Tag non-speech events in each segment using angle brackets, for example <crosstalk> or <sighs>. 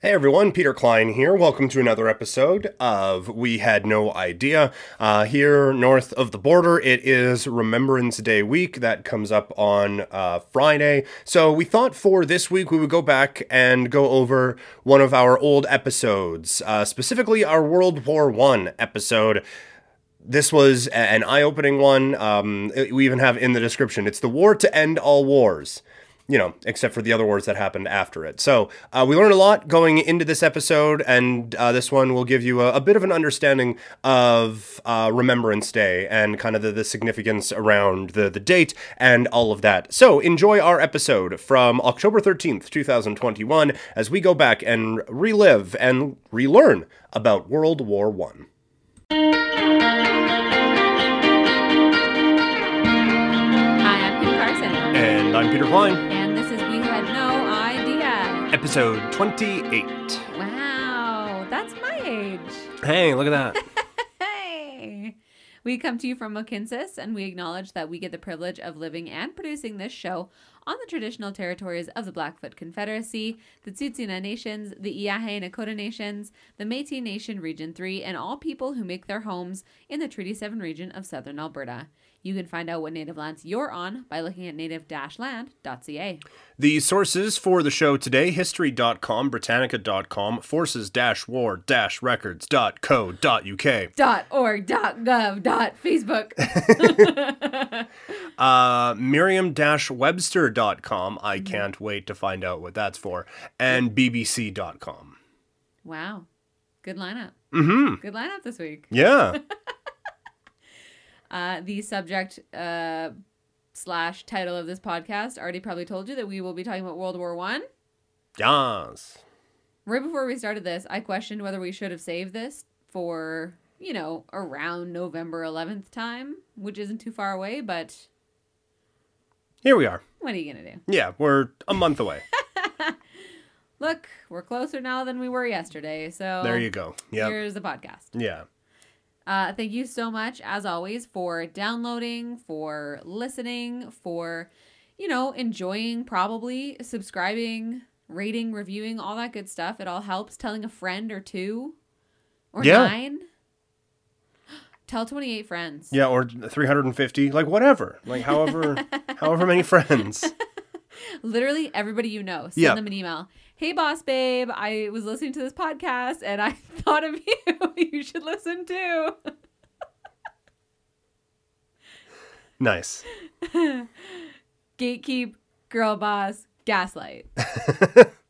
Hey everyone, Peter Klein here. Welcome to another episode of We Had No Idea. Uh, here north of the border, it is Remembrance Day week that comes up on uh, Friday. So we thought for this week we would go back and go over one of our old episodes, uh, specifically our World War One episode this was a- an eye-opening one. Um, it- we even have in the description. It's the war to end all wars. You know, except for the other wars that happened after it. So uh, we learned a lot going into this episode, and uh, this one will give you a, a bit of an understanding of uh, Remembrance Day and kind of the, the significance around the the date and all of that. So enjoy our episode from October thirteenth, two thousand twenty-one, as we go back and relive and relearn about World War One. Hi, I'm Kim Carson, And I'm Peter Klein. and this is We Had No Idea. Episode 28. Wow, that's my age. Hey, look at that. Hey! We come to you from Mokinsis, and we acknowledge that we get the privilege of living and producing this show on the traditional territories of the Blackfoot Confederacy, the Tsuut'ina Nations, the Iahe Nakota Nations, the Métis Nation Region 3, and all people who make their homes in the Treaty 7 region of southern Alberta. You can find out what native lands you're on by looking at native-land.ca. <laughs> the sources for the show today history.com, britannica.com, forces war records.co.uk. dot org dot gov dot <laughs> facebook <laughs> Uh, Merriam webster.com. I can't wait to find out what that's for. And bbc.com. wow good lineup Mm hmm. good lineup this week <laughs> Yeah. uh the subject uh slash title of this podcast already probably told you that we will be talking about world war one yes. right before we started this i questioned whether we should have saved this for you know around november 11th time which isn't too far away but Here we are. what are you gonna do Yeah, we're a month <laughs> away. look we're closer now than we were yesterday so There you go. Yep. here's the podcast Yeah. Uh, thank you so much, as always, for downloading, for listening, for, you know, enjoying, probably subscribing, rating, reviewing, all that good stuff. It all helps. Telling a friend or two or Yeah. nine. <gasps> Tell 28 friends. Yeah, or 350, like whatever. Like <laughs> however however many friends. <laughs> Literally everybody you know. Send Yeah. them an email. Hey, boss babe, I was listening to this podcast and I <laughs> thought of you. <laughs> you should listen too. Nice. gatekeep, girl boss, <laughs> gaslight.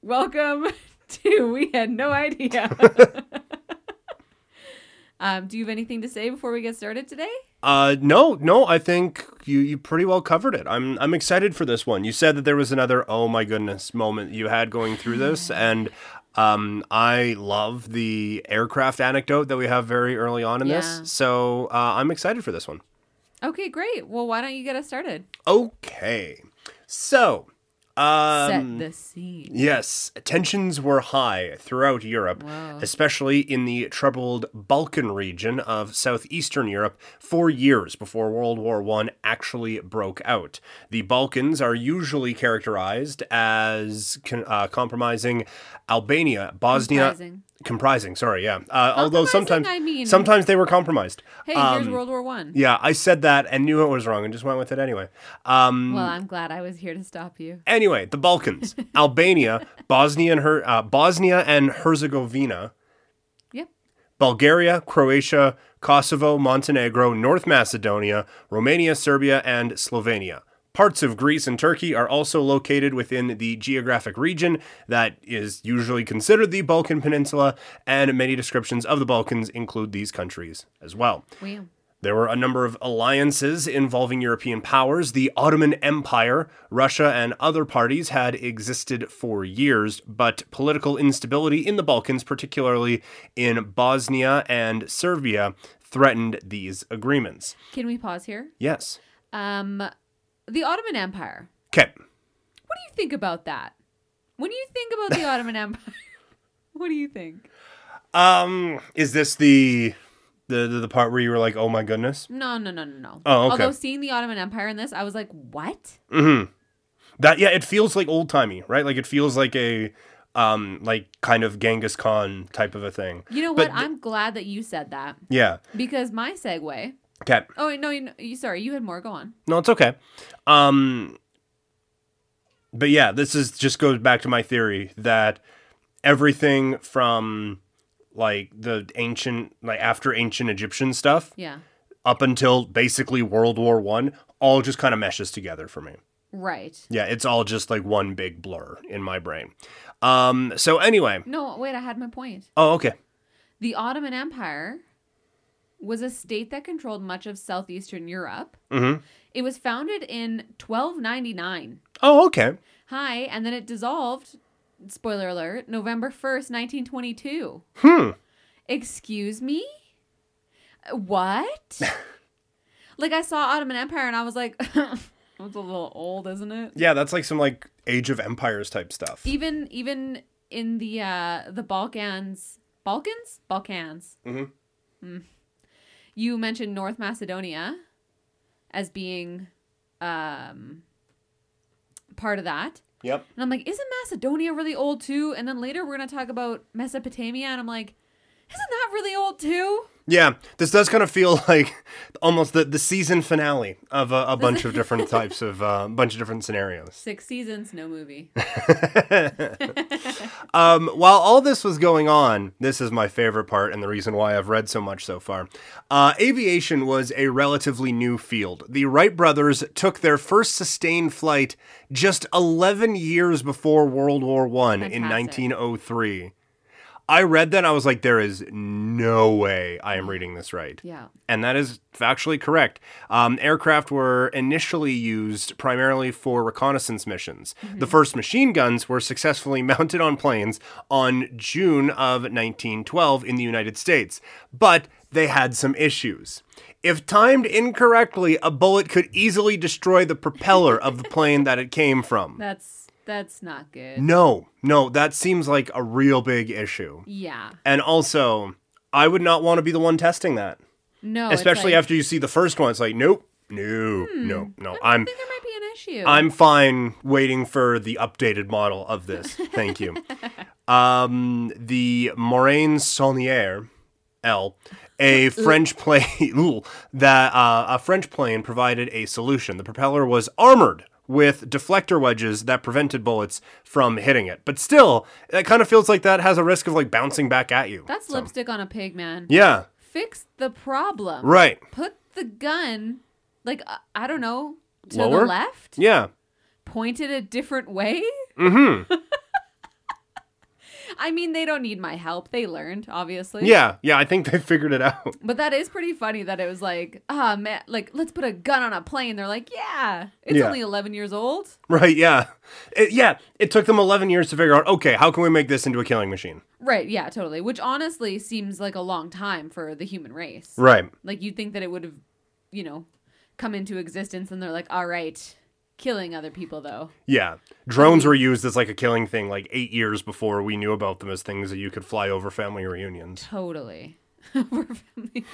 Welcome <laughs> to We Had No <laughs> Idea. um, do you have anything to say before we get started today? Uh, no, no, I think you, you pretty well covered it. I'm I'm excited for this one. You said that there was another oh my goodness moment you had going through this, <sighs> and um, I love the aircraft anecdote that we have very early on in Yeah. this. So uh, I'm excited for this one. Okay, great. Well, why don't you get us started? Okay, so um, Set the scene. Yes, tensions were high throughout Europe, Wow. especially in the troubled Balkan region of southeastern Europe, for years before World War I actually broke out. The Balkans are usually characterized as con- uh, compromising Albania, Bosnia. Comprising. comprising, sorry, yeah. Uh, although Compromising, sometimes, I mean. sometimes they were compromised. Hey, Um, here's World War One. yeah, I said that and knew it was wrong and just went with it anyway. Um, Well, I'm glad I was here to stop you. Anyway, the Balkans, Albania, Bosnia and Her- uh, Bosnia and Herzegovina, Yep. Bulgaria, Croatia, Kosovo, Montenegro, North Macedonia, Romania, Serbia, and Slovenia. Parts of Greece and Turkey are also located within the geographic region that is usually considered the Balkan Peninsula, and many descriptions of the Balkans include these countries as well. Wow. There were a number of alliances involving European powers. The Ottoman Empire, Russia, and other parties had existed for years, but political instability in the Balkans, particularly in Bosnia and Serbia, threatened these agreements. Can we pause here? Yes. Um, the Ottoman Empire. Okay. What do you think about that? When you think about <laughs> the Ottoman Empire, <laughs> what do you think? Um, is this the, the the the part where you were like, "Oh my goodness"? No, no, no, no, no. Oh, okay. Although seeing the Ottoman Empire in this, I was like, what? Mm-hmm. That yeah, it feels like old timey, right? Like it feels like a um, like kind of Genghis Khan type of a thing. You know But what? th- I'm glad that you said that Yeah. because my segue. Okay. Oh wait, no, you, you sorry, you had more. Go on. No, it's okay. Um, but yeah, this is just goes back to my theory that everything from like the ancient, like after ancient Egyptian stuff Yeah, up until basically World War One, all just kind of meshes together for me. right. Yeah, it's all just like one big blur in my brain. Um, so anyway, No, wait, I had my point. oh okay, The Ottoman Empire was a state that controlled much of southeastern Europe. mm-hmm. It was founded in 1299. oh okay, Hi, and then it dissolved. Spoiler alert: November 1st, 1922. hmm, Excuse me? Uh, What? like I saw Ottoman Empire and I was like, <laughs> that's a little old, isn't it? yeah, that's like some like Age of Empires type stuff. Even even in the uh the Balkans, Balkans, Balkans. Mhm. Mm. You mentioned North Macedonia as being um part of that. Yep. And I'm like, isn't Macedonia really old too? And then later we're going to talk about Mesopotamia and I'm like, isn't that really old too? Yeah, this does kind of feel <laughs> like almost the, the season finale of a, <laughs> a bunch of different types of a bunch of different scenarios. Six seasons, no movie. <laughs> Um, while all this was going on, this is my favorite part and the reason why I've read so much so far. Uh, aviation was a relatively new field. The Wright brothers took their first sustained flight just 11 years before World War One in Fantastic. 1903. I read that and I was like, there is no way I am reading this right. Yeah. And that is factually correct. Um, aircraft were initially used primarily for reconnaissance missions. The first machine guns were successfully <laughs> mounted on planes on June of 1912 in the United States, but they had some issues. If timed incorrectly, a bullet could easily destroy the propeller of the plane that it came <laughs> from. That's that's not good. No, no, that seems like a real big issue. Yeah. And also, I would not want to be the one testing that No. Oh, it's especially like, after you see the first one it's like nope no no no i'm I think there might be an issue. i'm fine waiting for the updated model of this thank you um the moraine saulnier l a french <laughs> plane ooh, that uh, a french plane provided a solution the propeller was armored with deflector wedges that prevented bullets from hitting it but still it kind of feels like that has a risk of like bouncing back at you That's So- lipstick on a pig, man. yeah Fix the problem. right Put the gun, like uh, I don't know, to Lower? the left, yeah point it a different way. mm-hmm <laughs> I mean, they don't need my help. They learned, obviously. Yeah, yeah, I think they <laughs> figured it out. But that is pretty funny that it was like, ah, man, like let's put a gun on a plane. They're like, yeah, it's Yeah. only 11 years old. Right, yeah. It, yeah, it took them 11 years to figure out, okay, how can we make this into a killing machine? Right, yeah, totally. Which honestly seems like a long time for the human race. Right. Like you'd think that it would have, you know, come into existence and they're like, all right, killing other people though. Yeah. Drones were used as like a killing thing like 8 years before we knew about them as things that you could fly over family reunions. Totally. <laughs> We're family.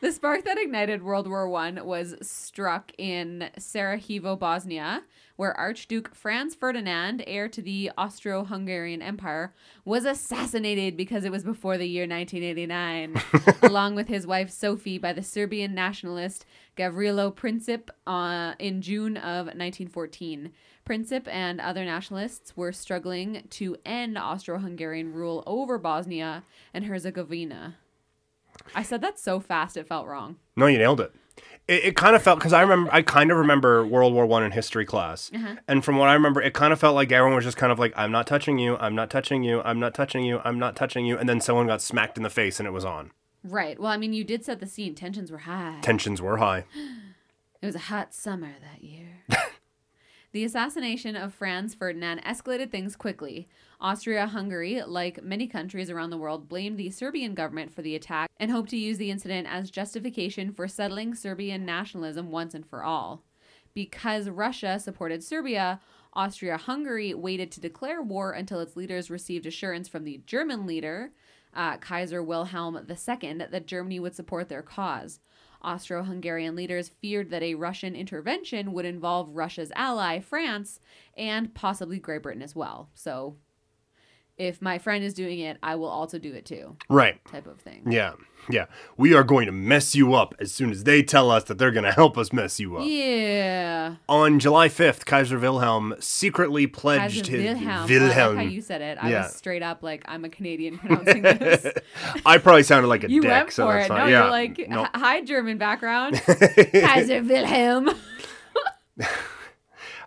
the spark that ignited World War One was struck in Sarajevo, Bosnia, where Archduke Franz Ferdinand, heir to the Austro-Hungarian Empire, was assassinated because it was before the year 1989, along with his wife Sophie by the Serbian nationalist Gavrilo Princip uh, in June of 1914. Princip and other nationalists were struggling to end Austro-Hungarian rule over Bosnia and Herzegovina. I said that so fast it felt wrong. No, you nailed it. It, it kind of felt because I remember I kind of remember World War One in history class, and from what I remember, it kind of felt like everyone was just kind of like, "I'm not touching you, I'm not touching you, I'm not touching you, I'm not touching you," and then someone got smacked in the face, and it was on. Right. Well, I mean, you did set the scene. Tensions were high. Tensions were high. It was a hot summer that year. the assassination of Franz Ferdinand escalated things quickly. Austria Hungary, like many countries around the world, blamed the Serbian government for the attack and hoped to use the incident as justification for settling Serbian nationalism once and for all. Because Russia supported Serbia, Austria Hungary waited to declare war until its leaders received assurance from the German leader, uh, Kaiser Wilhelm II, that Germany would support their cause. Austro Hungarian leaders feared that a Russian intervention would involve Russia's ally, France, and possibly Great Britain as well. So if my friend is doing it, I will also do it too, Right. type of thing. Yeah. Yeah. We are going to mess you up as soon as they tell us that they're going to help us mess you up. Yeah. On July 5th, Kaiser Wilhelm secretly pledged Kaiser his Wilhelm. Wilhelm. Well, I like how you said it. I Yeah. was straight up like I'm a <laughs> Canadian pronouncing this. I probably sounded like a You dick, went so for that's it. fine. No, yeah. you're like No. "Hi- hi <laughs> German background. Kaiser Wilhelm.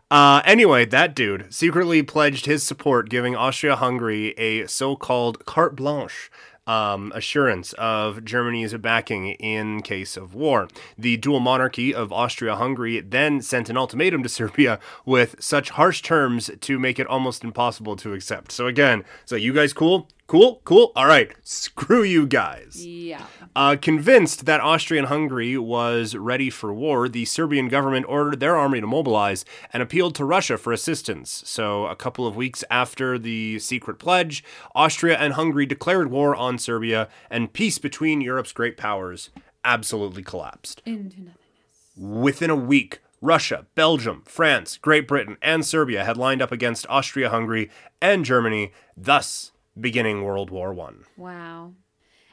Uh, anyway, that dude secretly pledged his support, giving Austria-Hungary a so-called carte blanche um, assurance of Germany's backing in case of war. The dual monarchy of Austria-Hungary then sent an ultimatum to Serbia with such harsh terms to make it almost impossible to accept. So again, so you guys cool? Cool, cool. All right, screw you guys. Yeah. Uh, convinced that Austrian Hungary was ready for war, the Serbian government ordered their army to mobilize and appealed to Russia for assistance. So, a couple of weeks after the secret pledge, Austria and Hungary declared war on Serbia, and peace between Europe's great powers absolutely collapsed. Into nothing. Within a week, Russia, Belgium, France, Great Britain, and Serbia had lined up against Austria Hungary and Germany, thus beginning World War One. Wow.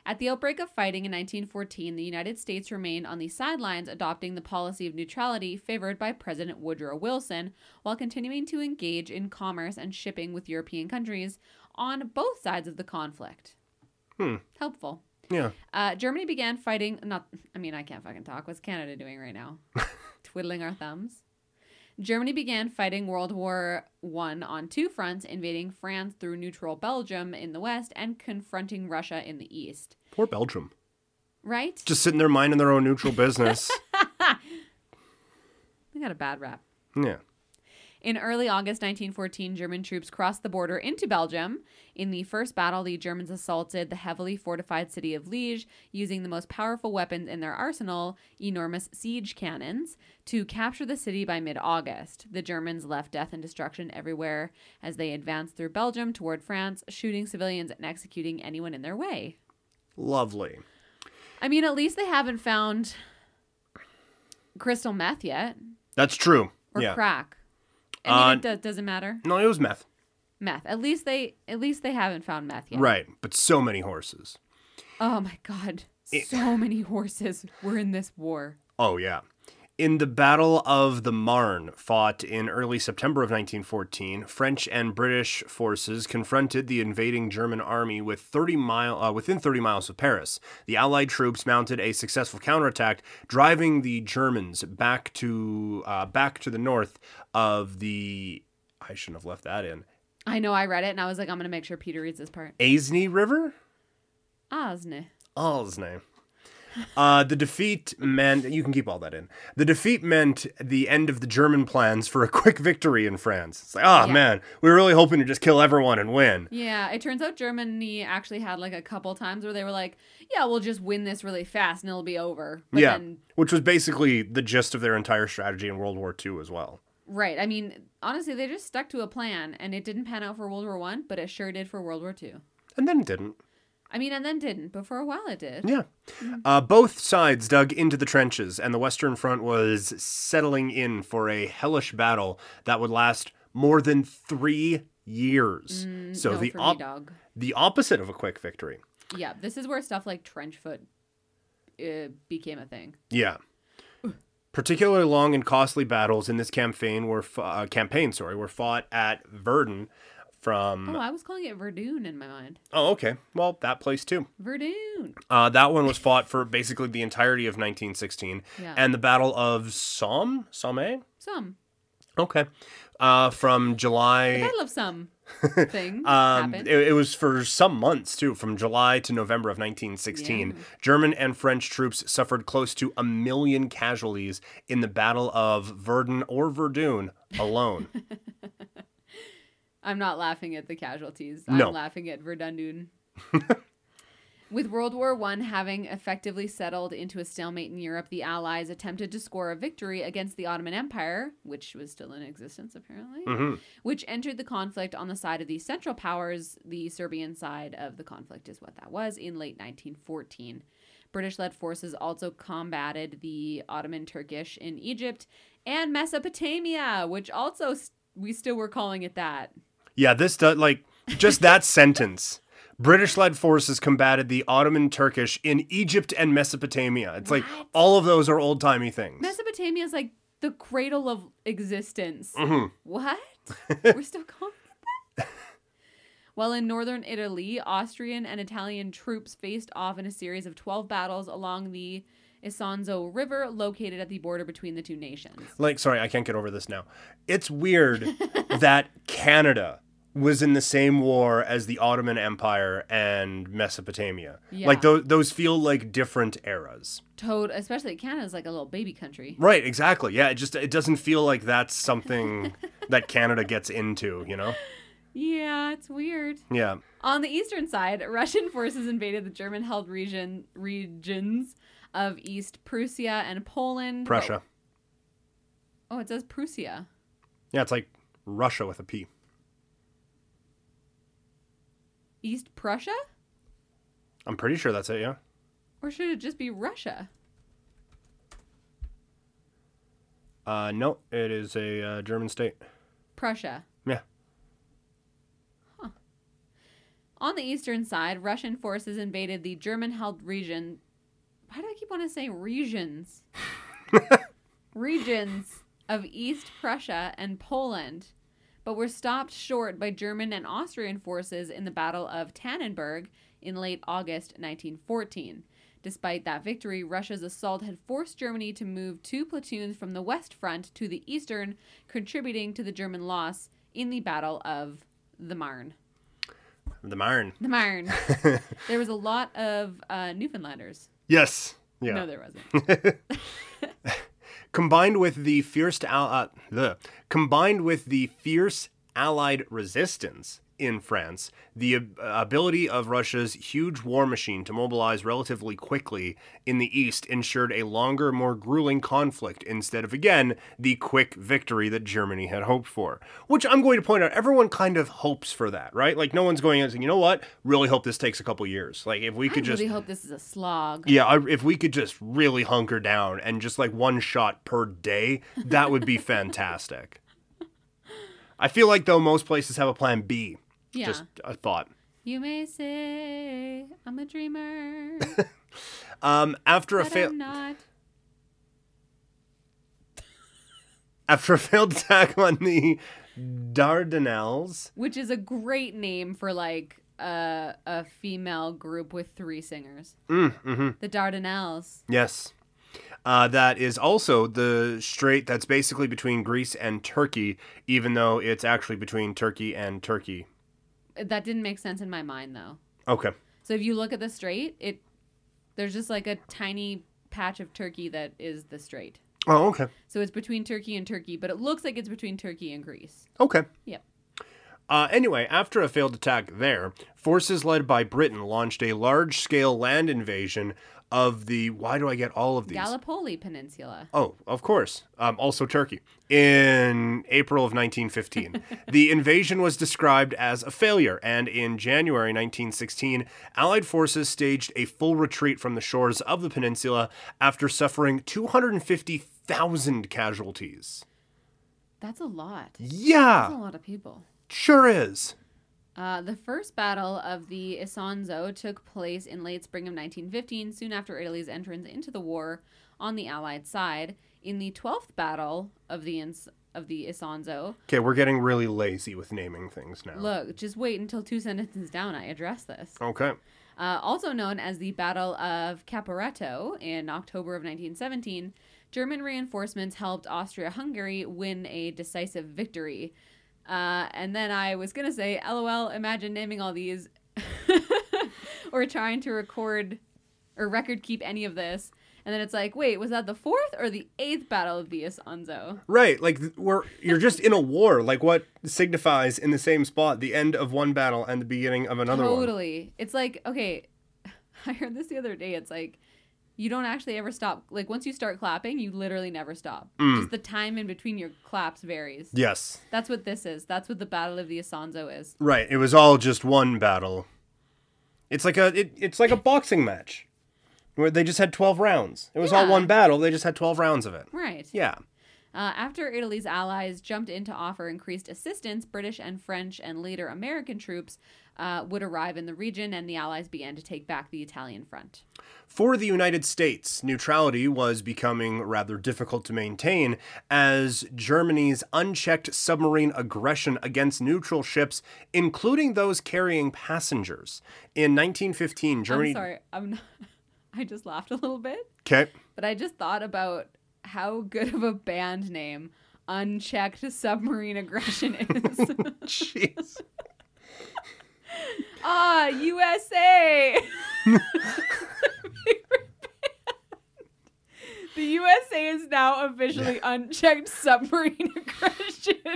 At the outbreak of fighting in 1914, the United States remained on the sidelines, adopting the policy of neutrality favored by President Woodrow Wilson, while continuing to engage in commerce and shipping with European countries on both sides of the conflict. Hmm. Helpful. Yeah. Uh, Germany began fighting. Not, I mean, I can't fucking talk. What's Canada doing right now? Twiddling our thumbs. Germany began fighting World War One on two fronts, invading France through neutral Belgium in the west and confronting Russia in the east. Poor Belgium. Right? just sitting there minding their own neutral business. They got a bad rap. yeah. In early August 1914, German troops crossed the border into Belgium. In the first battle, the Germans assaulted the heavily fortified city of Liege using the most powerful weapons in their arsenal, enormous siege cannons, to capture the city by mid August. The Germans left death and destruction everywhere as they advanced through Belgium toward France, shooting civilians and executing anyone in their way. Lovely. I mean, at least they haven't found crystal meth yet That's true. or yeah. crack. I mean, Uh, it do- doesn't matter. no, it was meth. meth. At least they at least they haven't found meth yet. Right. But so many horses. Oh my god. So many horses were in this war. Oh, yeah. In the Battle of the Marne, fought in early September of 1914, French and British forces confronted the invading German army with 30 mile, uh, within 30 miles of Paris. The Allied troops mounted a successful counterattack, driving the Germans back to uh, back to the north of the. I shouldn't have left that in. I know I read it and I was like, I'm gonna make sure Peter reads this part. Aisne River? Osne. All's name. Uh, the defeat meant you can keep all that in. The defeat meant the end of the German plans for a <laughs> quick victory in France. It's like, oh Yeah. man, we were really hoping to just kill everyone and win. Yeah, it turns out Germany actually had like a couple times where they were like, Yeah, we'll just win this really fast and it'll be over. But yeah, then which was basically the gist of their entire strategy in World War II as well. right. I mean, honestly, they just stuck to a plan and it didn't pan out for World War One, but it sure did for World War Two. And then it didn't. I mean, and then didn't, but for a while it did. Yeah. Mm-hmm. Uh, both sides dug into the trenches, and the Western Front was settling in for a hellish battle that would last more than three years. so Mm, no, the for me, op- dog. the opposite of a quick victory. Yeah, this is where stuff like trench foot uh, became a thing. Yeah. Particularly long and costly battles in this campaign were f- uh, campaign, sorry, were fought at Verdun from Oh, I was calling it Verdun in my mind. Oh, okay. Well, that place too. Verdun. Uh, that one was fought for basically the entirety of 1916 Yeah. and the Battle of Somme, Somme. Some. Okay. Uh, from The July Battle <laughs> of some thing um, happened. it, it was for some months too, from July to November of 1916. German and French troops suffered close to a million casualties in the Battle of Verdun or Verdun <laughs> alone. I'm not laughing at the casualties. No. I'm laughing at <laughs> Verdun. With World War One having effectively settled into a stalemate in Europe, the Allies attempted to score a victory against the Ottoman Empire, which was still in existence apparently, Mhm. which entered the conflict on the side of the Central Powers. The Serbian side of the conflict is what that was in late 1914. British led forces also combated the Ottoman Turkish in Egypt and Mesopotamia, which also s we still were calling it that. Yeah, this does like just that <laughs> sentence. British led forces combated the Ottoman Turkish in Egypt and Mesopotamia. It's like What? all of those are old timey things. Mesopotamia is like the cradle of existence. Mhm. What? We're still calling it that? While in northern Italy, Austrian and Italian troops faced off in a series of 12 battles along the Isonzo River, located at the border between the two nations. Like, sorry, I can't get over this now. It's <laughs> weird that Canada was in the same war as the Ottoman Empire and Mesopotamia. Like, Yeah. tho- those feel like different eras. Toad, especially Canada's like a little baby country. Right, exactly. Yeah, it just it doesn't feel like that's <laughs> something that Canada gets into, you know? Yeah, it's weird. Yeah. On the eastern side, Russian <laughs> forces invaded the German held region regions of East Prussia and Poland. Prussia. Oh, it says Prussia. Yeah, it's like Russia with a P. East Prussia? I'm pretty sure that's it, yeah. Or should it just be Russia? Uh, no, it is a uh, German state. Prussia. Yeah. On the eastern side, Russian forces invaded the German held region. Why do I keep wanting to say regions? regions of East Prussia and Poland, but were stopped short by German and Austrian forces in the Battle of Tannenberg in late August 1914. Despite that victory, Russia's assault had forced Germany to move two platoons from the West Front to the Eastern, contributing to the German loss in the Battle of the Marne. The Marne. <laughs> The Marne. there was a lot of uh, Newfoundlanders. Yes. Yeah. No, there wasn't. combined with the fierce al- uh, the combined with the fierce allied resistance in France, the ab- uh, ability of Russia's huge war machine to mobilize relatively quickly in the east ensured a longer, more grueling conflict instead of again the quick victory that Germany had hoped for. Which I'm going to point out, everyone kind of hopes for that, right? Like no one's going and saying, you know what? Really hope this takes a couple years. Like if <laughs> we I could just really hope this is a slog. yeah, I, if we could just really hunker down and just like one shot per day, that would be fantastic. I feel like though most places have a plan B. Yeah. Just a thought. You may say I'm <laughs> a dreamer, Um, after a but fail, I'm not. after a failed <laughs> attack on the Dardanelles, Which is a great name for like a a female group with three singers. mhm. The Dardanelles. yes, uh, that is also the strait that's basically between Greece and Turkey, even though it's actually between Turkey and Turkey. That didn't make sense in my mind though. Okay. So if you look at the strait, it there's just like a tiny patch of Turkey that is the strait. Oh, okay. So it's between Turkey and Turkey, but it looks like it's between Turkey and Greece. Okay. Yep. Uh, anyway, after a failed attack there, forces led by Britain launched a large scale land invasion of the. Why do I get all of these? Gallipoli Peninsula. Oh, of course. Um, also Turkey. In April of 1915, the invasion was described as a failure, and in January 1916, Allied forces staged a full retreat from the shores of the peninsula after suffering 250,000 casualties. That's a lot. That's a Yeah, lot of people. sure is. Uh, the first battle of the Isonzo took place in late spring of 1915, soon after Italy's entrance into the war on the Allied side. In the 12th battle of the Ins- of the Isonzo, Okay, we're getting really lazy with naming things now. look, just wait until two sentences down. I address this. Okay. Uh, also known as the Battle of Caporetto in October of 1917, German reinforcements helped Austria Hungary win a decisive victory. Uh, and then I was going to say, lol, imagine naming all these <laughs> or trying to record or record keep any of this. And then it's like, wait, was that the fourth or the eighth Battle of the Isonzo? Right, like th- we're you're just in a war. Like what signifies in the same spot the end of one battle and the beginning of another one. totally. It's like, okay, <laughs> I heard this the other day. It's like, you don't actually ever stop. Like, once you start clapping, you literally never stop. Mm. Just the time in between your claps varies. Yes. That's what this is. That's what the Battle of the Isonzo is. Right. It was all just one battle. It's like a it, it's like a boxing match. where they just had 12 rounds. It was all Yeah. one battle, they just had 12 rounds of it. Right. Yeah. Uh, after Italy's allies jumped in to offer increased assistance, British and French and later American troops uh, would arrive in the region, and the allies began to take back the Italian front. For the United States, neutrality was becoming rather difficult to maintain as Germany's unchecked submarine aggression against neutral ships, including those carrying passengers. In 1915, Germany. I'm sorry, I'm not, <laughs> I just laughed a little bit, Okay. but I just thought about how good of a band name Unchecked Submarine Aggression is. <laughs> Jeez. ah, USA! <laughs> The USA is now officially unchecked submarine aggression. <laughs>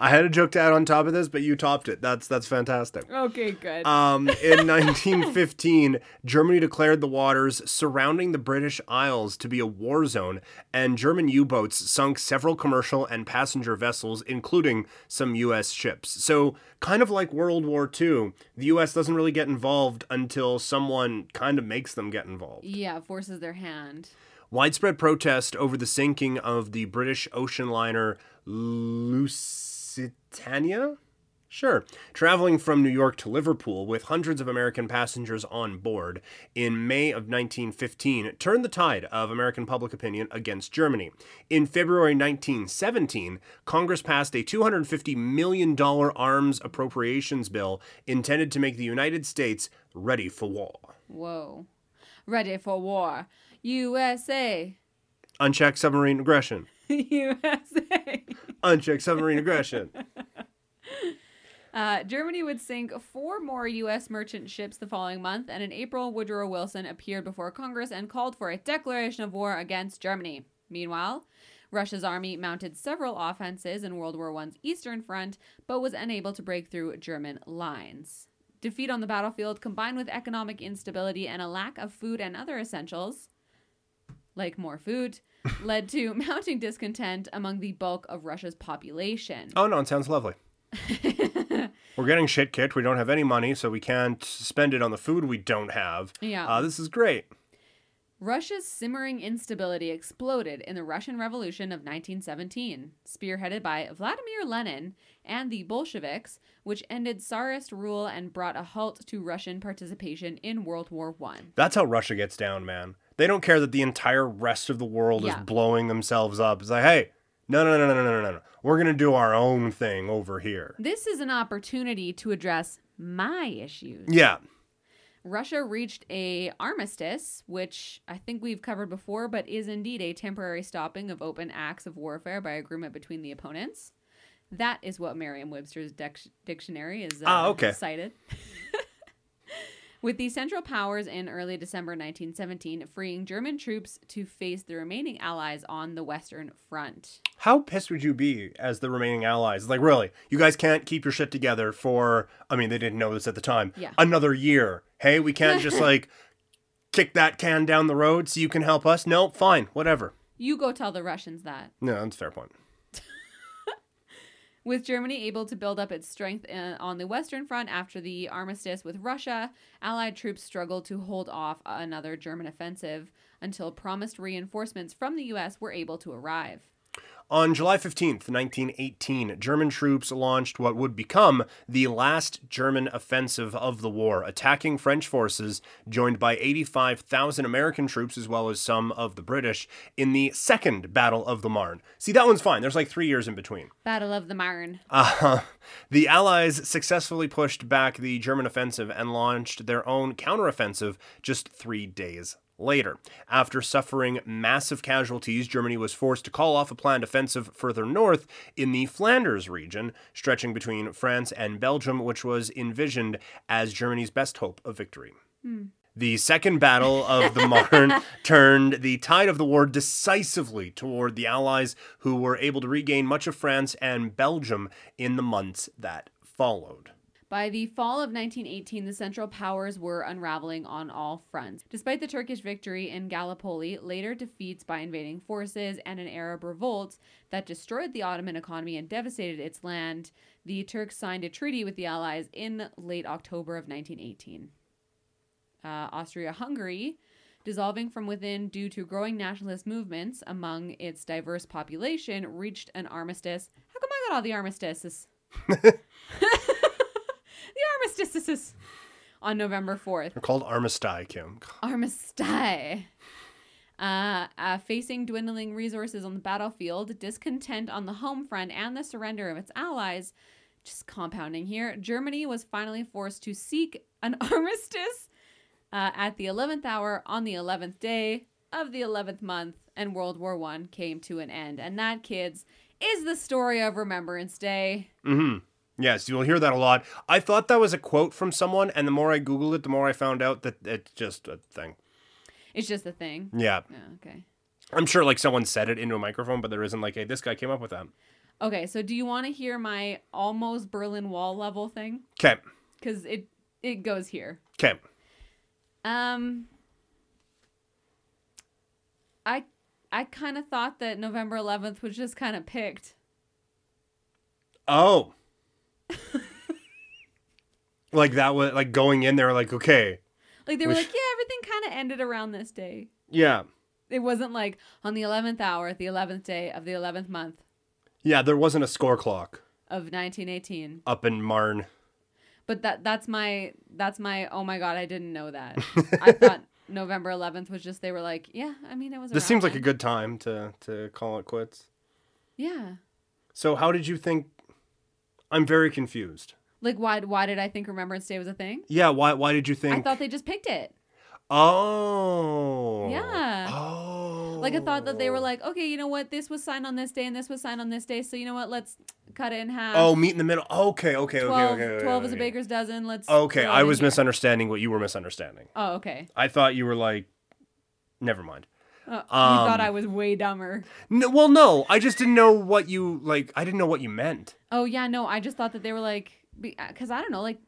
I had a joke to add on top of this, but you topped it. That's that's fantastic. Okay, good. Um, in 1915, Germany declared the waters surrounding the British Isles to be a war zone, and German U boats sunk several commercial and passenger vessels, including some U.S. ships. So, kind of like World War II, the U.S. doesn't really get involved until someone kind of makes them get involved. yeah, forces their hand. Widespread protest over the sinking of the British ocean liner Lusitania? Sure. Traveling from New York to Liverpool with hundreds of American passengers on board in May of 1915 turned the tide of American public opinion against Germany. In February 1917, Congress passed a $250 million arms appropriations bill intended to make the United States ready for war. Whoa. Ready for war. USA. <laughs> Unchecked submarine aggression. USA. Unchecked submarine aggression. Uh, Germany would sink four more U.S. merchant ships the following month, and in April, Woodrow Wilson appeared before Congress and called for a declaration of war against Germany. Meanwhile, Russia's army mounted several offenses in World War I's Eastern Front, but was unable to break through German lines. Defeat on the battlefield, combined with economic instability and a lack of food and other essentials, like more food, led to mounting discontent among the bulk of Russia's population. Oh no, it sounds <laughs> lovely. We're getting shit kicked. We don't have any money, so we can't spend it on the food we don't have. Yeah. Uh, this is great. Russia's simmering instability exploded in the Russian Revolution of 1917, spearheaded by Vladimir Lenin and the Bolsheviks, which ended Tsarist rule and brought a halt to Russian participation in World War One. That's how Russia gets down, man. They don't care that the entire rest of the world Yeah. is blowing themselves up. It's like, hey, no, no, no, no, no, no, no. We're gonna do our own thing over here. This is an opportunity to address my issues. Yeah. Russia reached a armistice, which I think we've covered before, but is indeed a temporary stopping of open acts of warfare by agreement between the opponents. That is what Merriam-Webster's dex- dictionary is uh, Ah, okay. cited. <laughs> With the Central Powers in early December 1917 freeing German troops to face the remaining allies on the Western Front. How pissed would you be as the remaining allies? Like, really, you guys can't keep your shit together for, I mean, they didn't know this at the time, Yeah. another year. Hey, we can't just like kick that can down the road so you can help us. No, fine, whatever. You go tell the Russians that. No, that's a fair point. With Germany able to build up its strength uh, on the Western Front after the armistice with Russia, Allied troops struggled to hold off another German offensive until promised reinforcements from the U.S. were able to arrive. On July 15th, 1918, German troops launched what would become the last German offensive of the war, attacking French forces joined by 85,000 American troops as well as some of the British in the Second Battle of the Marne. See, that one's fine. There's like three years in between. Battle of the Marne. Uh, <laughs> the Allies successfully pushed back the German offensive and launched their own counteroffensive just three days later. After suffering massive casualties, Germany was forced to call off a planned offensive further north in the Flanders region, stretching between France and Belgium, which was envisioned as Germany's best hope of victory. The Second Battle of the Marne turned the tide of the war decisively toward the Allies, who were able to regain much of France and Belgium in the months that followed. By the fall of 1918, the Central Powers were unraveling on all fronts. Despite the Turkish victory in Gallipoli, later defeats by invading forces, and an Arab revolt that destroyed the Ottoman economy and devastated its land, the Turks signed a treaty with the Allies in late October of 1918. Uh, uh, Austria Hungary, dissolving from within due to growing nationalist movements among its diverse population, reached an armistice. How come I got all the armistices? the armistices on November 4th. They're called armistice, Kim. Armistice. Uh, uh, facing dwindling resources on the battlefield, discontent on the home front, and the surrender of its allies, just compounding here, Germany was finally forced to seek an <laughs> armistice uh, at the 11th hour on the 11th day of the 11th month, and World War One came to an end. And that, kids, is the story of Remembrance Day. Mm-hmm. Yes, you'll hear that a lot. I thought that was a quote from someone, and the more I Googled it, the more I found out that it's just a thing. It's just a thing. Yeah. Oh, okay. I'm sure like someone said it into a microphone, but there isn't like, hey, this guy came up with that. Okay, so do you want to hear my almost Berlin Wall level thing? Okay. Because it it goes here. Okay. Um, I I kind of thought that November 11th was just kind of picked. Oh. like that was like going in there like, okay. Like they were Which- like, yeah, everything kind of ended around this day. Yeah. It wasn't like on the 11th hour, the 11th day of the 11th month Yeah, there wasn't a score clock of 1918. up in Marne. But that that's my that's my oh my god, I didn't know that. <laughs> I thought November 11th was just they were like, yeah, I mean it was. This around seems like a then." good time to to call it quits. yeah. So how did you think I'm very confused. Like why why did I think Remembrance Day was a thing? Yeah, why why did you think I thought they just picked it. Oh. Yeah. Oh. Like I thought that they were like, okay, you know what, this was signed on this day and this was signed on this day, so you know what, let's cut it in half. Oh, meet in the middle. Okay, okay, okay, 12, okay, okay. 12 uh, is a okay. baker's dozen. Let's Okay, throw I it in was here. misunderstanding what you were misunderstanding. Oh, okay. I thought you were like, never mind. Oh, Um, you thought I was way dumber. No, well, no, I just didn't know what you like. I didn't know what you meant. Oh yeah, no, I just thought that they were like, because I don't know, like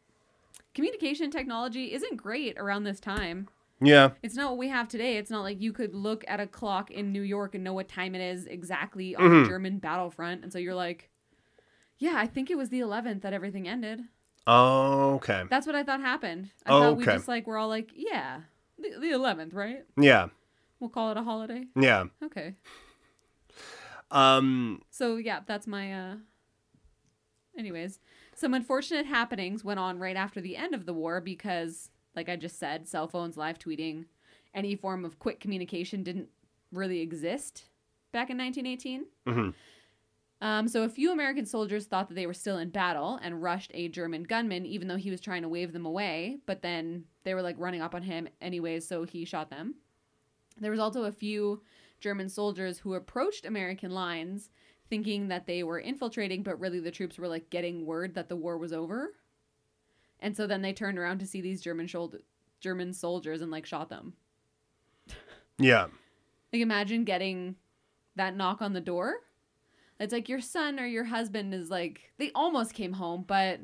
communication technology isn't great around this time. Yeah, It's not what we have today. It's not like you could look at a clock in New York and know what time it is exactly on Mhm. the German battlefront, and so you're like, yeah, I think it was the 11th that everything ended. Okay. That's what I thought happened. I Oh, thought we okay. just like we're all like, yeah, the, the 11th, right? Yeah. We'll call it a holiday. Yeah. Okay. Um. So yeah, that's my uh anyways, some unfortunate happenings went on right after the end of the war because like I just said, cell phones, live tweeting, any form of quick communication didn't really exist back in 1918. mhm. Um, so a few American soldiers thought that they were still in battle and rushed a German gunman, even though he was trying to wave them away. But then they were like running up on him anyways, so he shot them. There was also a few German soldiers who approached American lines, thinking that they were infiltrating, but really the troops were like getting word that the war was over. And so then they turned around to see these German shol- German soldiers and like shot them. Yeah. Like imagine getting that knock on the door. It's like your son or your husband is like they almost came home, but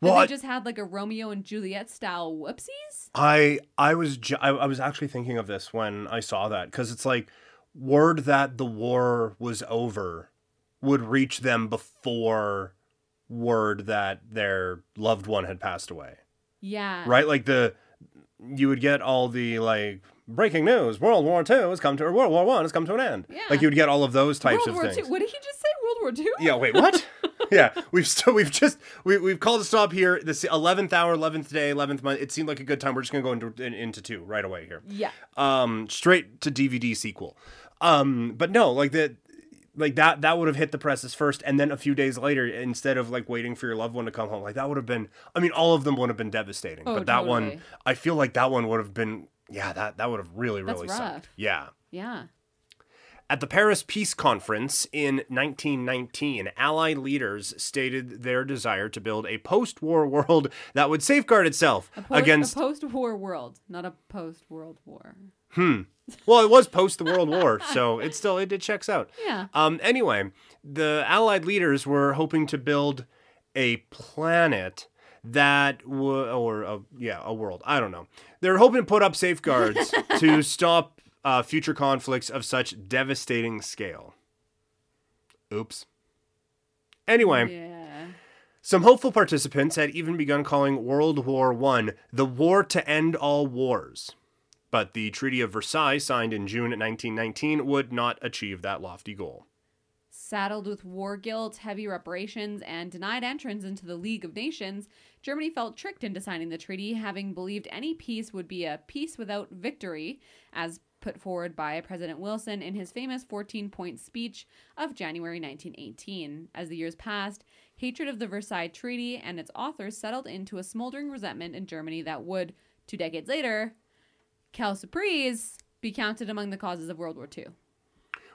but Well, they I, just had like a Romeo and Juliet style whoopsies. I I was ju- I, I was actually thinking of this when I saw that because it's like word that the war was over would reach them before word that their loved one had passed away. Yeah. right? Like the you would get all the like breaking news: World War Two has come to or World War One has come to an end. Yeah. Like you would get all of those types World of War things. II. <laughs> What did he just say? World War Two? Yeah. Wait. What? yeah. We've still we've just we we've called a stop here. This eleventh hour, eleventh day, eleventh month. It seemed like a good time. We're just gonna go into in, into two right away here. Yeah. Um, straight to DVD sequel. Um, but no, like that. Like that, that would have hit the presses first, and then a few days later, instead of like waiting for your loved one to come home, like that would have been. I mean, all of them would have been devastating, Oh, but that one, totally. I feel like that one would have been. Yeah, that that would have really, That's really sucked. rough. Yeah. Yeah. At the Paris Peace Conference in 1919, Allied leaders stated their desire to build a post war world that would safeguard itself A post, against. a post-war world, not a post-world war. well, it was post the World War, so it still it, it checks out. Yeah. Um, anyway, the Allied leaders were hoping to build a planet that w- or a, yeah, a world. I don't know. They're hoping to put up safeguards to stop uh, future conflicts of such devastating scale. Oops. Anyway, Yeah. Some hopeful participants had even begun calling World War I the war to end all wars. But the Treaty of Versailles, signed in June 1919, would not achieve that lofty goal. Saddled with war guilt, heavy reparations, and denied entrance into the League of Nations, Germany felt tricked into signing the treaty, having believed any peace would be a peace without victory, as put forward by President Wilson in his famous 14 point speech of January 1918. As the years passed, hatred of the Versailles Treaty and its authors settled into a smoldering resentment in Germany that would, two decades later, calciprise, be counted among the causes of World War II.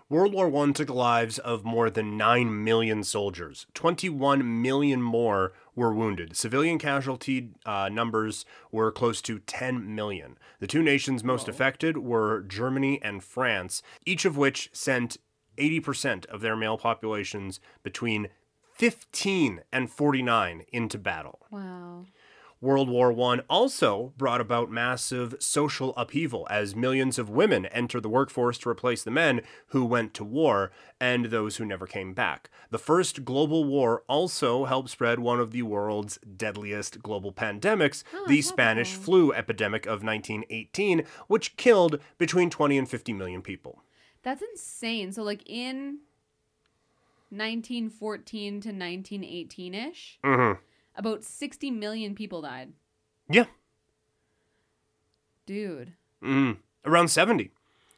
World War I took the lives of more than 9 million soldiers. 21 million more were wounded. Civilian casualty uh, numbers were close to 10 million. The two nations most affected were Germany and France, each of which sent 80% of their male populations between 15 and 49 into battle. Wow. World War I also brought about massive social upheaval as millions of women entered the workforce to replace the men who went to war and those who never came back. The First Global War also helped spread one of the world's deadliest global pandemics, the Spanish flu epidemic of 1918, which killed between 20 and 50 million people. That's insane. So, like, in 1914 to 1918 ish, Mhm. about 60 million people died. Yeah. Dude. Mm, around 70.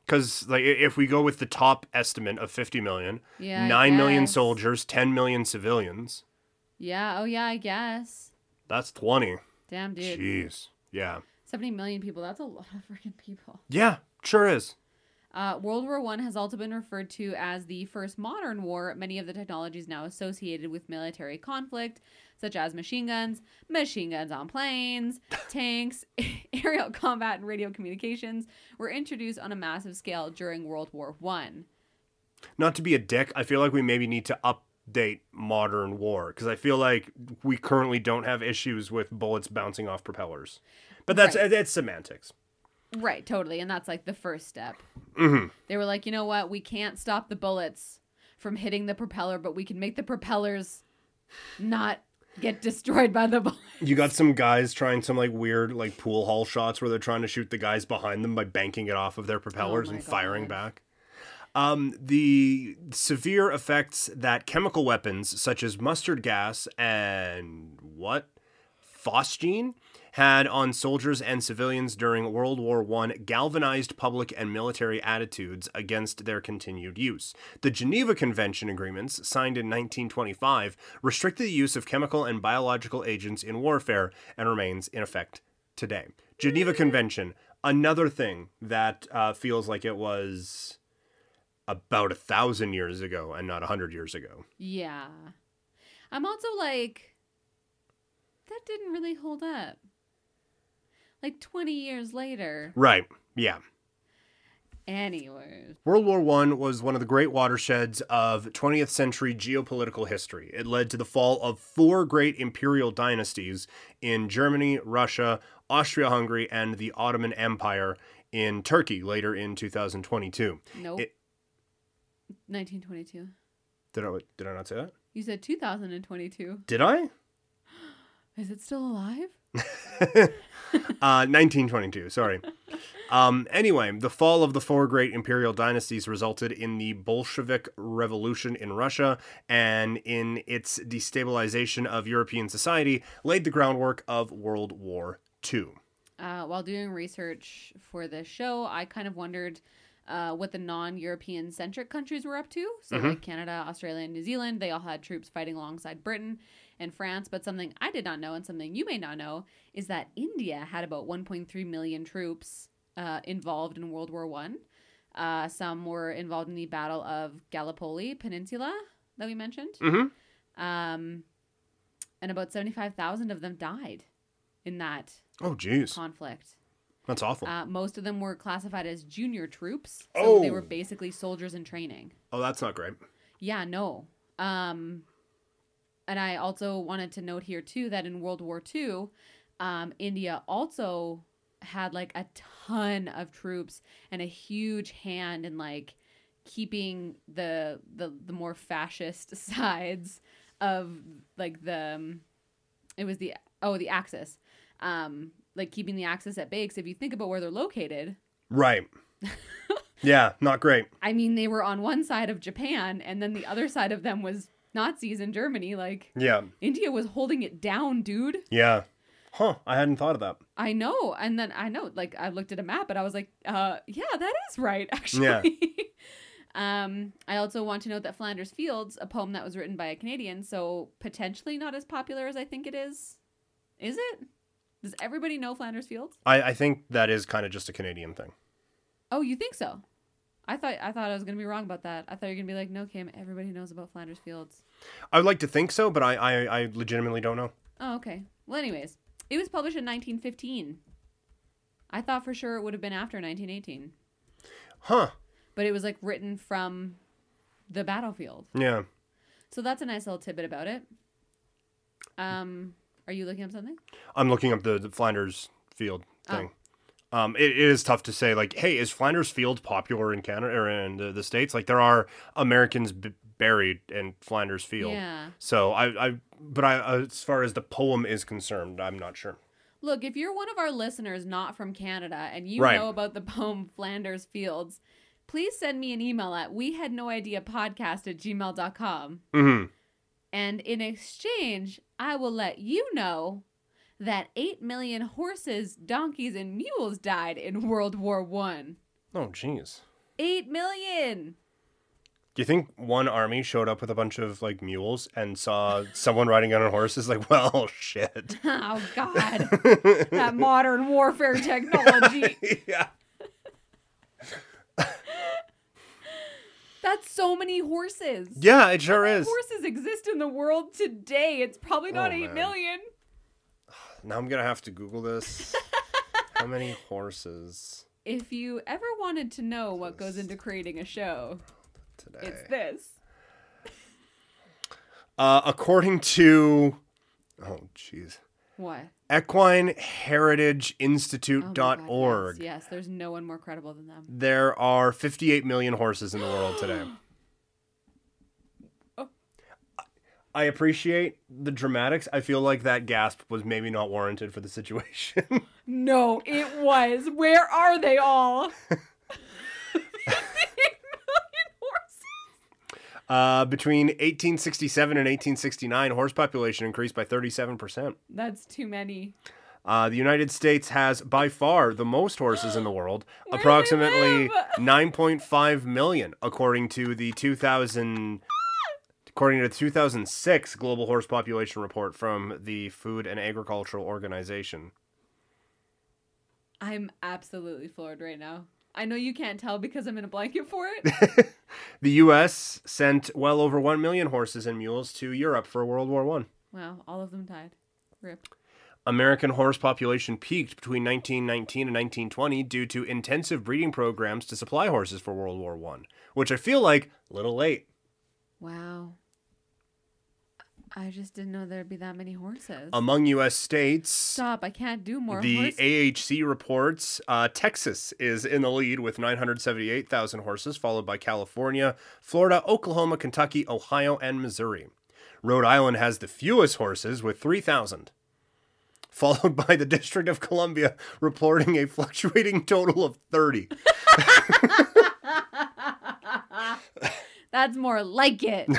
Because like i- if we go with the top estimate of 50 million, Yeah, I 9 million guess. soldiers, 10 million civilians, Yeah. Oh, yeah, I guess. that's 20. Damn, dude. Jeez. Yeah. 70 million people. That's a lot of freaking people. Yeah, sure is. Uh, World War One has also been referred to as the first modern war. Many of the technologies now associated with military conflict, such as machine guns, machine guns on <laughs> planes, tanks, aerial combat, and radio communications, were introduced on a massive scale during World War One. Not to be a dick, I feel like we maybe need to update modern war because I feel like we currently don't have issues with bullets bouncing off propellers. But that's Right. it's semantics. Right, totally, and that's like the first step. hmm They were like, you know what? We can't stop the bullets from hitting the propeller, but we can make the propellers not get destroyed by the bullet. You got some guys trying some like weird like pool hall shots where they're trying to shoot the guys behind them by banking it off of their propellers Oh my and firing God. back. Um, the severe effects that chemical weapons such as mustard gas and what phosgene had on soldiers and civilians during World War I galvanized public and military attitudes against their continued use. The Geneva Convention agreements, signed in 1925, restricted the use of chemical and biological agents in warfare and remains in effect today. Geneva Convention, another thing that uh, feels like it was about a thousand years ago and not a hundred years ago. Yeah. I'm also like, that didn't really hold up. Like 20 years later. Right. Yeah. Anyways. World War I was one of the great watersheds of 20th century geopolitical history. It led to the fall of four great imperial dynasties in Germany, Russia, Austria Hungary, and the Ottoman Empire in Turkey later in 2022. Nope. It- 1922. Did I, did I not say that? You said 2022. Did I? Is it still alive? <laughs> Uh, 1922, sorry. Um, anyway, the fall of the four great imperial dynasties resulted in the Bolshevik Revolution in Russia and in its destabilization of European society, laid the groundwork of World War II. Uh, while doing research for this show, I kind of wondered uh, what the non European centric countries were up to. So, like Canada, Australia, and New Zealand, they all had troops fighting alongside Britain and France. But something I did not know, and something you may not know, is that India had about 1.3 million troops uh, involved in World War One. Uh, some were involved in the Battle of Gallipoli Peninsula that we mentioned, Mm-hmm. um, and about 75,000 of them died in that Oh, jeez. conflict. That's awful. Uh, most of them were classified as junior troops, so they Oh. were basically soldiers in training. oh, that's not great. Yeah, no. Um, and I also wanted to note here too that in World War II, um, India also had like a ton of troops and a huge hand in like keeping the the, the more fascist <laughs> sides of like the um, it was the oh the axis um like keeping the axis at bay 'cause if you think about where they're located Right. yeah, not great. i mean they were on one side of japan and then the other side of them was nazis in germany like Yeah. india was holding it down dude Yeah. Huh. I hadn't thought of that. i know and then i know like i looked at a map and i was like uh yeah that is right <laughs> actually Yeah. um i also want to note that flanders fields a poem that was written by a canadian so potentially not as popular as i think it is is it does everybody know flanders fields I, I think that is kind of just a Canadian thing. Oh, you think so? I thought I thought I was gonna be wrong about that. I thought you were gonna be like, no, Kim, everybody knows about Flanders Fields. I would like to think so, but I, I, I legitimately don't know. Oh, okay. Well, anyways, it was published in 1915. I thought for sure it would have been after 1918, Huh. but it was like written from the battlefield. Yeah. So that's a nice little tidbit about it. Um, are you looking up something? I'm looking up the, the Flanders Field Oh. thing. Um, it, it is tough to say, like, hey, is Flanders Field popular in Canada or in the, the States? Like, there are Americans b- buried in Flanders Field. Yeah. So I, I, but I, uh, as far as the poem is concerned, I'm not sure. Look, if you're one of our listeners not from Canada and you Right. know about the poem Flanders Fields, please send me an email at we had no idea podcast at gmail.com. Mm-hmm. And in exchange, I will let you know that 8 million horses, donkeys, and mules died in World War One. Oh, jeez. 8 million! <laughs> Do you think one army showed up with a bunch of like mules and saw someone riding on a horse? Is like, <laughs> well, shit. <laughs> Oh, God. that modern <laughs> warfare technology. yeah. That's so many horses. Yeah, it sure is. Horses exist in the world today. It's probably not Oh, eight man. million. Now I'm gonna have to Google <laughs> this. How many horses If you ever wanted to know what goes into creating a show, today? it's this. Uh, according to, oh, jeez, What? Oh my God, yes, equineheritageinstitute.org. yes, there's no one more credible than them. There are 58 million horses in the world today. <gasps> Oh. I appreciate the dramatics. I feel like that gasp was maybe not warranted for the situation. <laughs> No, it was. Where are they all? <laughs> uh, between 1867 and 1869, horse population increased by 37%. That's too many. Uh, the United States has by far the most horses in the world, approximately live? <laughs> 9.5 million, according to the 2000, according to the 2006 Global Horse Population Report from the Food and Agricultural Organization. I'm absolutely floored right now. I know you can't tell because I'm in a blanket for it. The U.S. sent well over 1 million horses and mules to Europe for World War One. wow, all of them died. Rip. American horse population peaked between 1919 and 1920 due to intensive breeding programs to supply horses for World War One, which I feel like a little late. Wow. I just didn't know there'd be that many horses. Among U.S. states, Stop, I can't do more Um, the horses. AHC reports uh, Texas is in the lead with 978,000 horses, followed by California, Florida, Oklahoma, Kentucky, Ohio, and Missouri. Rhode Island has the fewest horses with 3,000, followed by the District of Columbia, reporting a fluctuating total of 30. <laughs> That's more like it.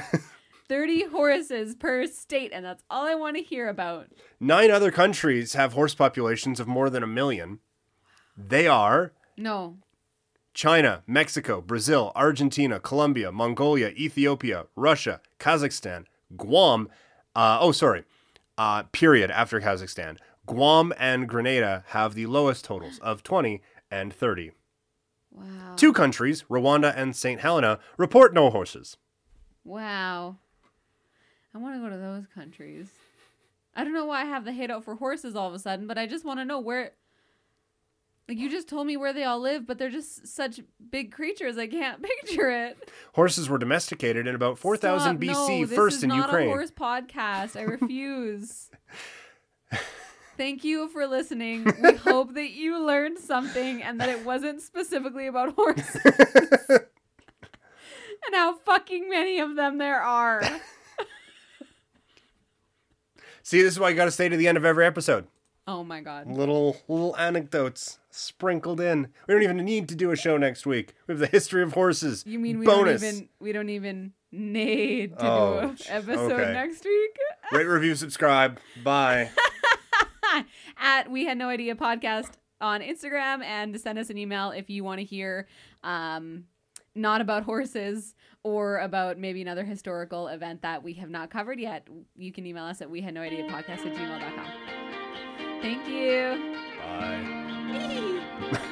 30 horses per state, and that's all I want to hear about. Nine other countries have horse populations of more than a million. They are No. China, Mexico, Brazil, Argentina, Colombia, Mongolia, Ethiopia, Russia, Kazakhstan, Guam. Uh, oh, sorry. Uh, period after Kazakhstan. Guam and Grenada have the lowest totals of 20 and 30. Wow. Two countries, Rwanda and St. Helena, report no horses. Wow. I want to go to those countries. I don't know why I have the hate out for horses all of a sudden, but I just want to know where. Like, you just told me where they all live, but they're just such big creatures. I can't <laughs> picture it. Horses were domesticated in about 4000 Stop. BC, no, first this is in not Ukraine. A horse podcast. I <laughs> refuse. Thank you for listening. We hope that you learned something and that it wasn't specifically about <laughs> horses and how fucking many of them there are. See, this is why you got to stay to the end of every episode. Oh my god. Little little anecdotes sprinkled in. We don't even need to do a show next week. We have the history of horses. You mean we bonus? don't even we don't even need to Oh, do an sh- episode okay. next week? Rate, review, subscribe. Bye. At we had no idea podcast on Instagram and send us an email if you want to hear um not about horses or about maybe another historical event that we have not covered yet. You can email us at we had no idea podcast at gmail.com. Thank you. Bye.